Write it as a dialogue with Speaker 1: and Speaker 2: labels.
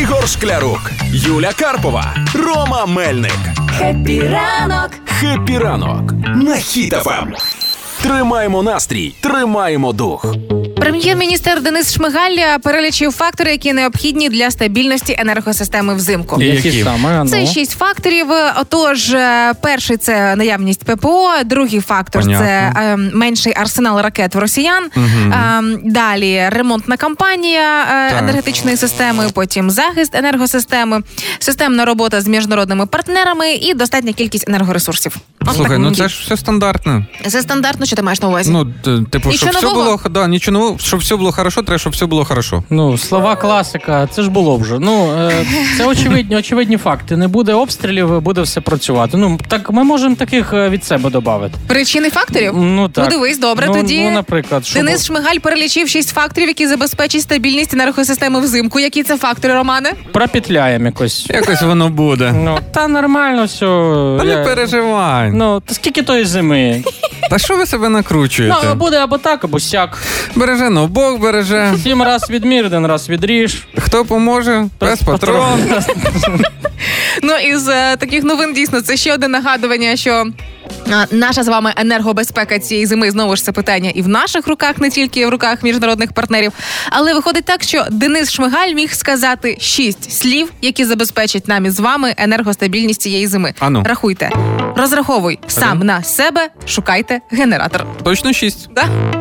Speaker 1: Ігор Шклярук, Юля Карпова, Рома Мельник.
Speaker 2: Хеппі ранок!
Speaker 1: Хеппі ранок на хітафам. Тримаємо настрій, тримаємо дух.
Speaker 3: Прем'єр-міністр Денис Шмигаль е, перелічив фактори, які необхідні для стабільності енергосистеми взимку.
Speaker 4: І
Speaker 5: Які
Speaker 4: які?
Speaker 5: саме? Ну.
Speaker 3: Це шість факторів. Отож, е, перший це наявність ППО, другий фактор
Speaker 4: Понятно.
Speaker 3: це е, менший арсенал ракет в росіян. Е, далі ремонтна кампанія е,
Speaker 4: Так.
Speaker 3: енергетичної системи, потім захист енергосистеми, системна робота з міжнародними партнерами і достатня кількість енергоресурсів. От
Speaker 4: Слухай,
Speaker 3: так
Speaker 4: ну
Speaker 3: мені.
Speaker 4: це ж все стандартно.
Speaker 3: це стандартно, що ти маєш на увазі.
Speaker 4: Ну, т- типу, щоб
Speaker 3: Нічого
Speaker 4: все
Speaker 3: нового?
Speaker 4: було да, нічого нового, щоб все було хорошо, треба, щоб все було хорошо.
Speaker 5: Ну, слова класика, це ж було вже. Ну, е, це очевидні, очевидні факти. Не буде обстрілів, буде все працювати. Ну, так ми можемо таких е, від себе додати.
Speaker 3: Причини факторів?
Speaker 5: Ну, так.
Speaker 3: Ну, дивись, добре,
Speaker 5: Ну,
Speaker 3: тоді-
Speaker 5: Ну, наприклад, що
Speaker 3: Денис Шмигаль перелічив шість факторів, які забезпечать стабільність енергосистеми взимку. Які це фактори, Романе?
Speaker 5: пропітляємо якось.
Speaker 4: Якось воно буде.
Speaker 5: Ну, та нормально все.
Speaker 4: Та не переживай.
Speaker 5: Ну, та скільки тої зими?
Speaker 4: Та що ви себе
Speaker 5: Ну,
Speaker 4: накручуєте?
Speaker 5: буде або так, або сяк.
Speaker 4: Береже, ну Бог береже.
Speaker 5: Сім раз відмір, один раз відріж.
Speaker 4: Хто поможе? Пес патрон.
Speaker 3: Ну із е, таких новин дійсно це ще одне нагадування, що. е, Наша з вами енергобезпека цієї зими знову ж це питання і в наших руках, не тільки в руках міжнародних партнерів. Але виходить так, що Денис Шмигаль міг сказати шість слів, які забезпечать нам із вами енергостабільність цієї зими.
Speaker 4: Ану.
Speaker 3: рахуйте, розраховуй сам на себе, шукайте генератор.
Speaker 4: Точно шість.
Speaker 3: Да?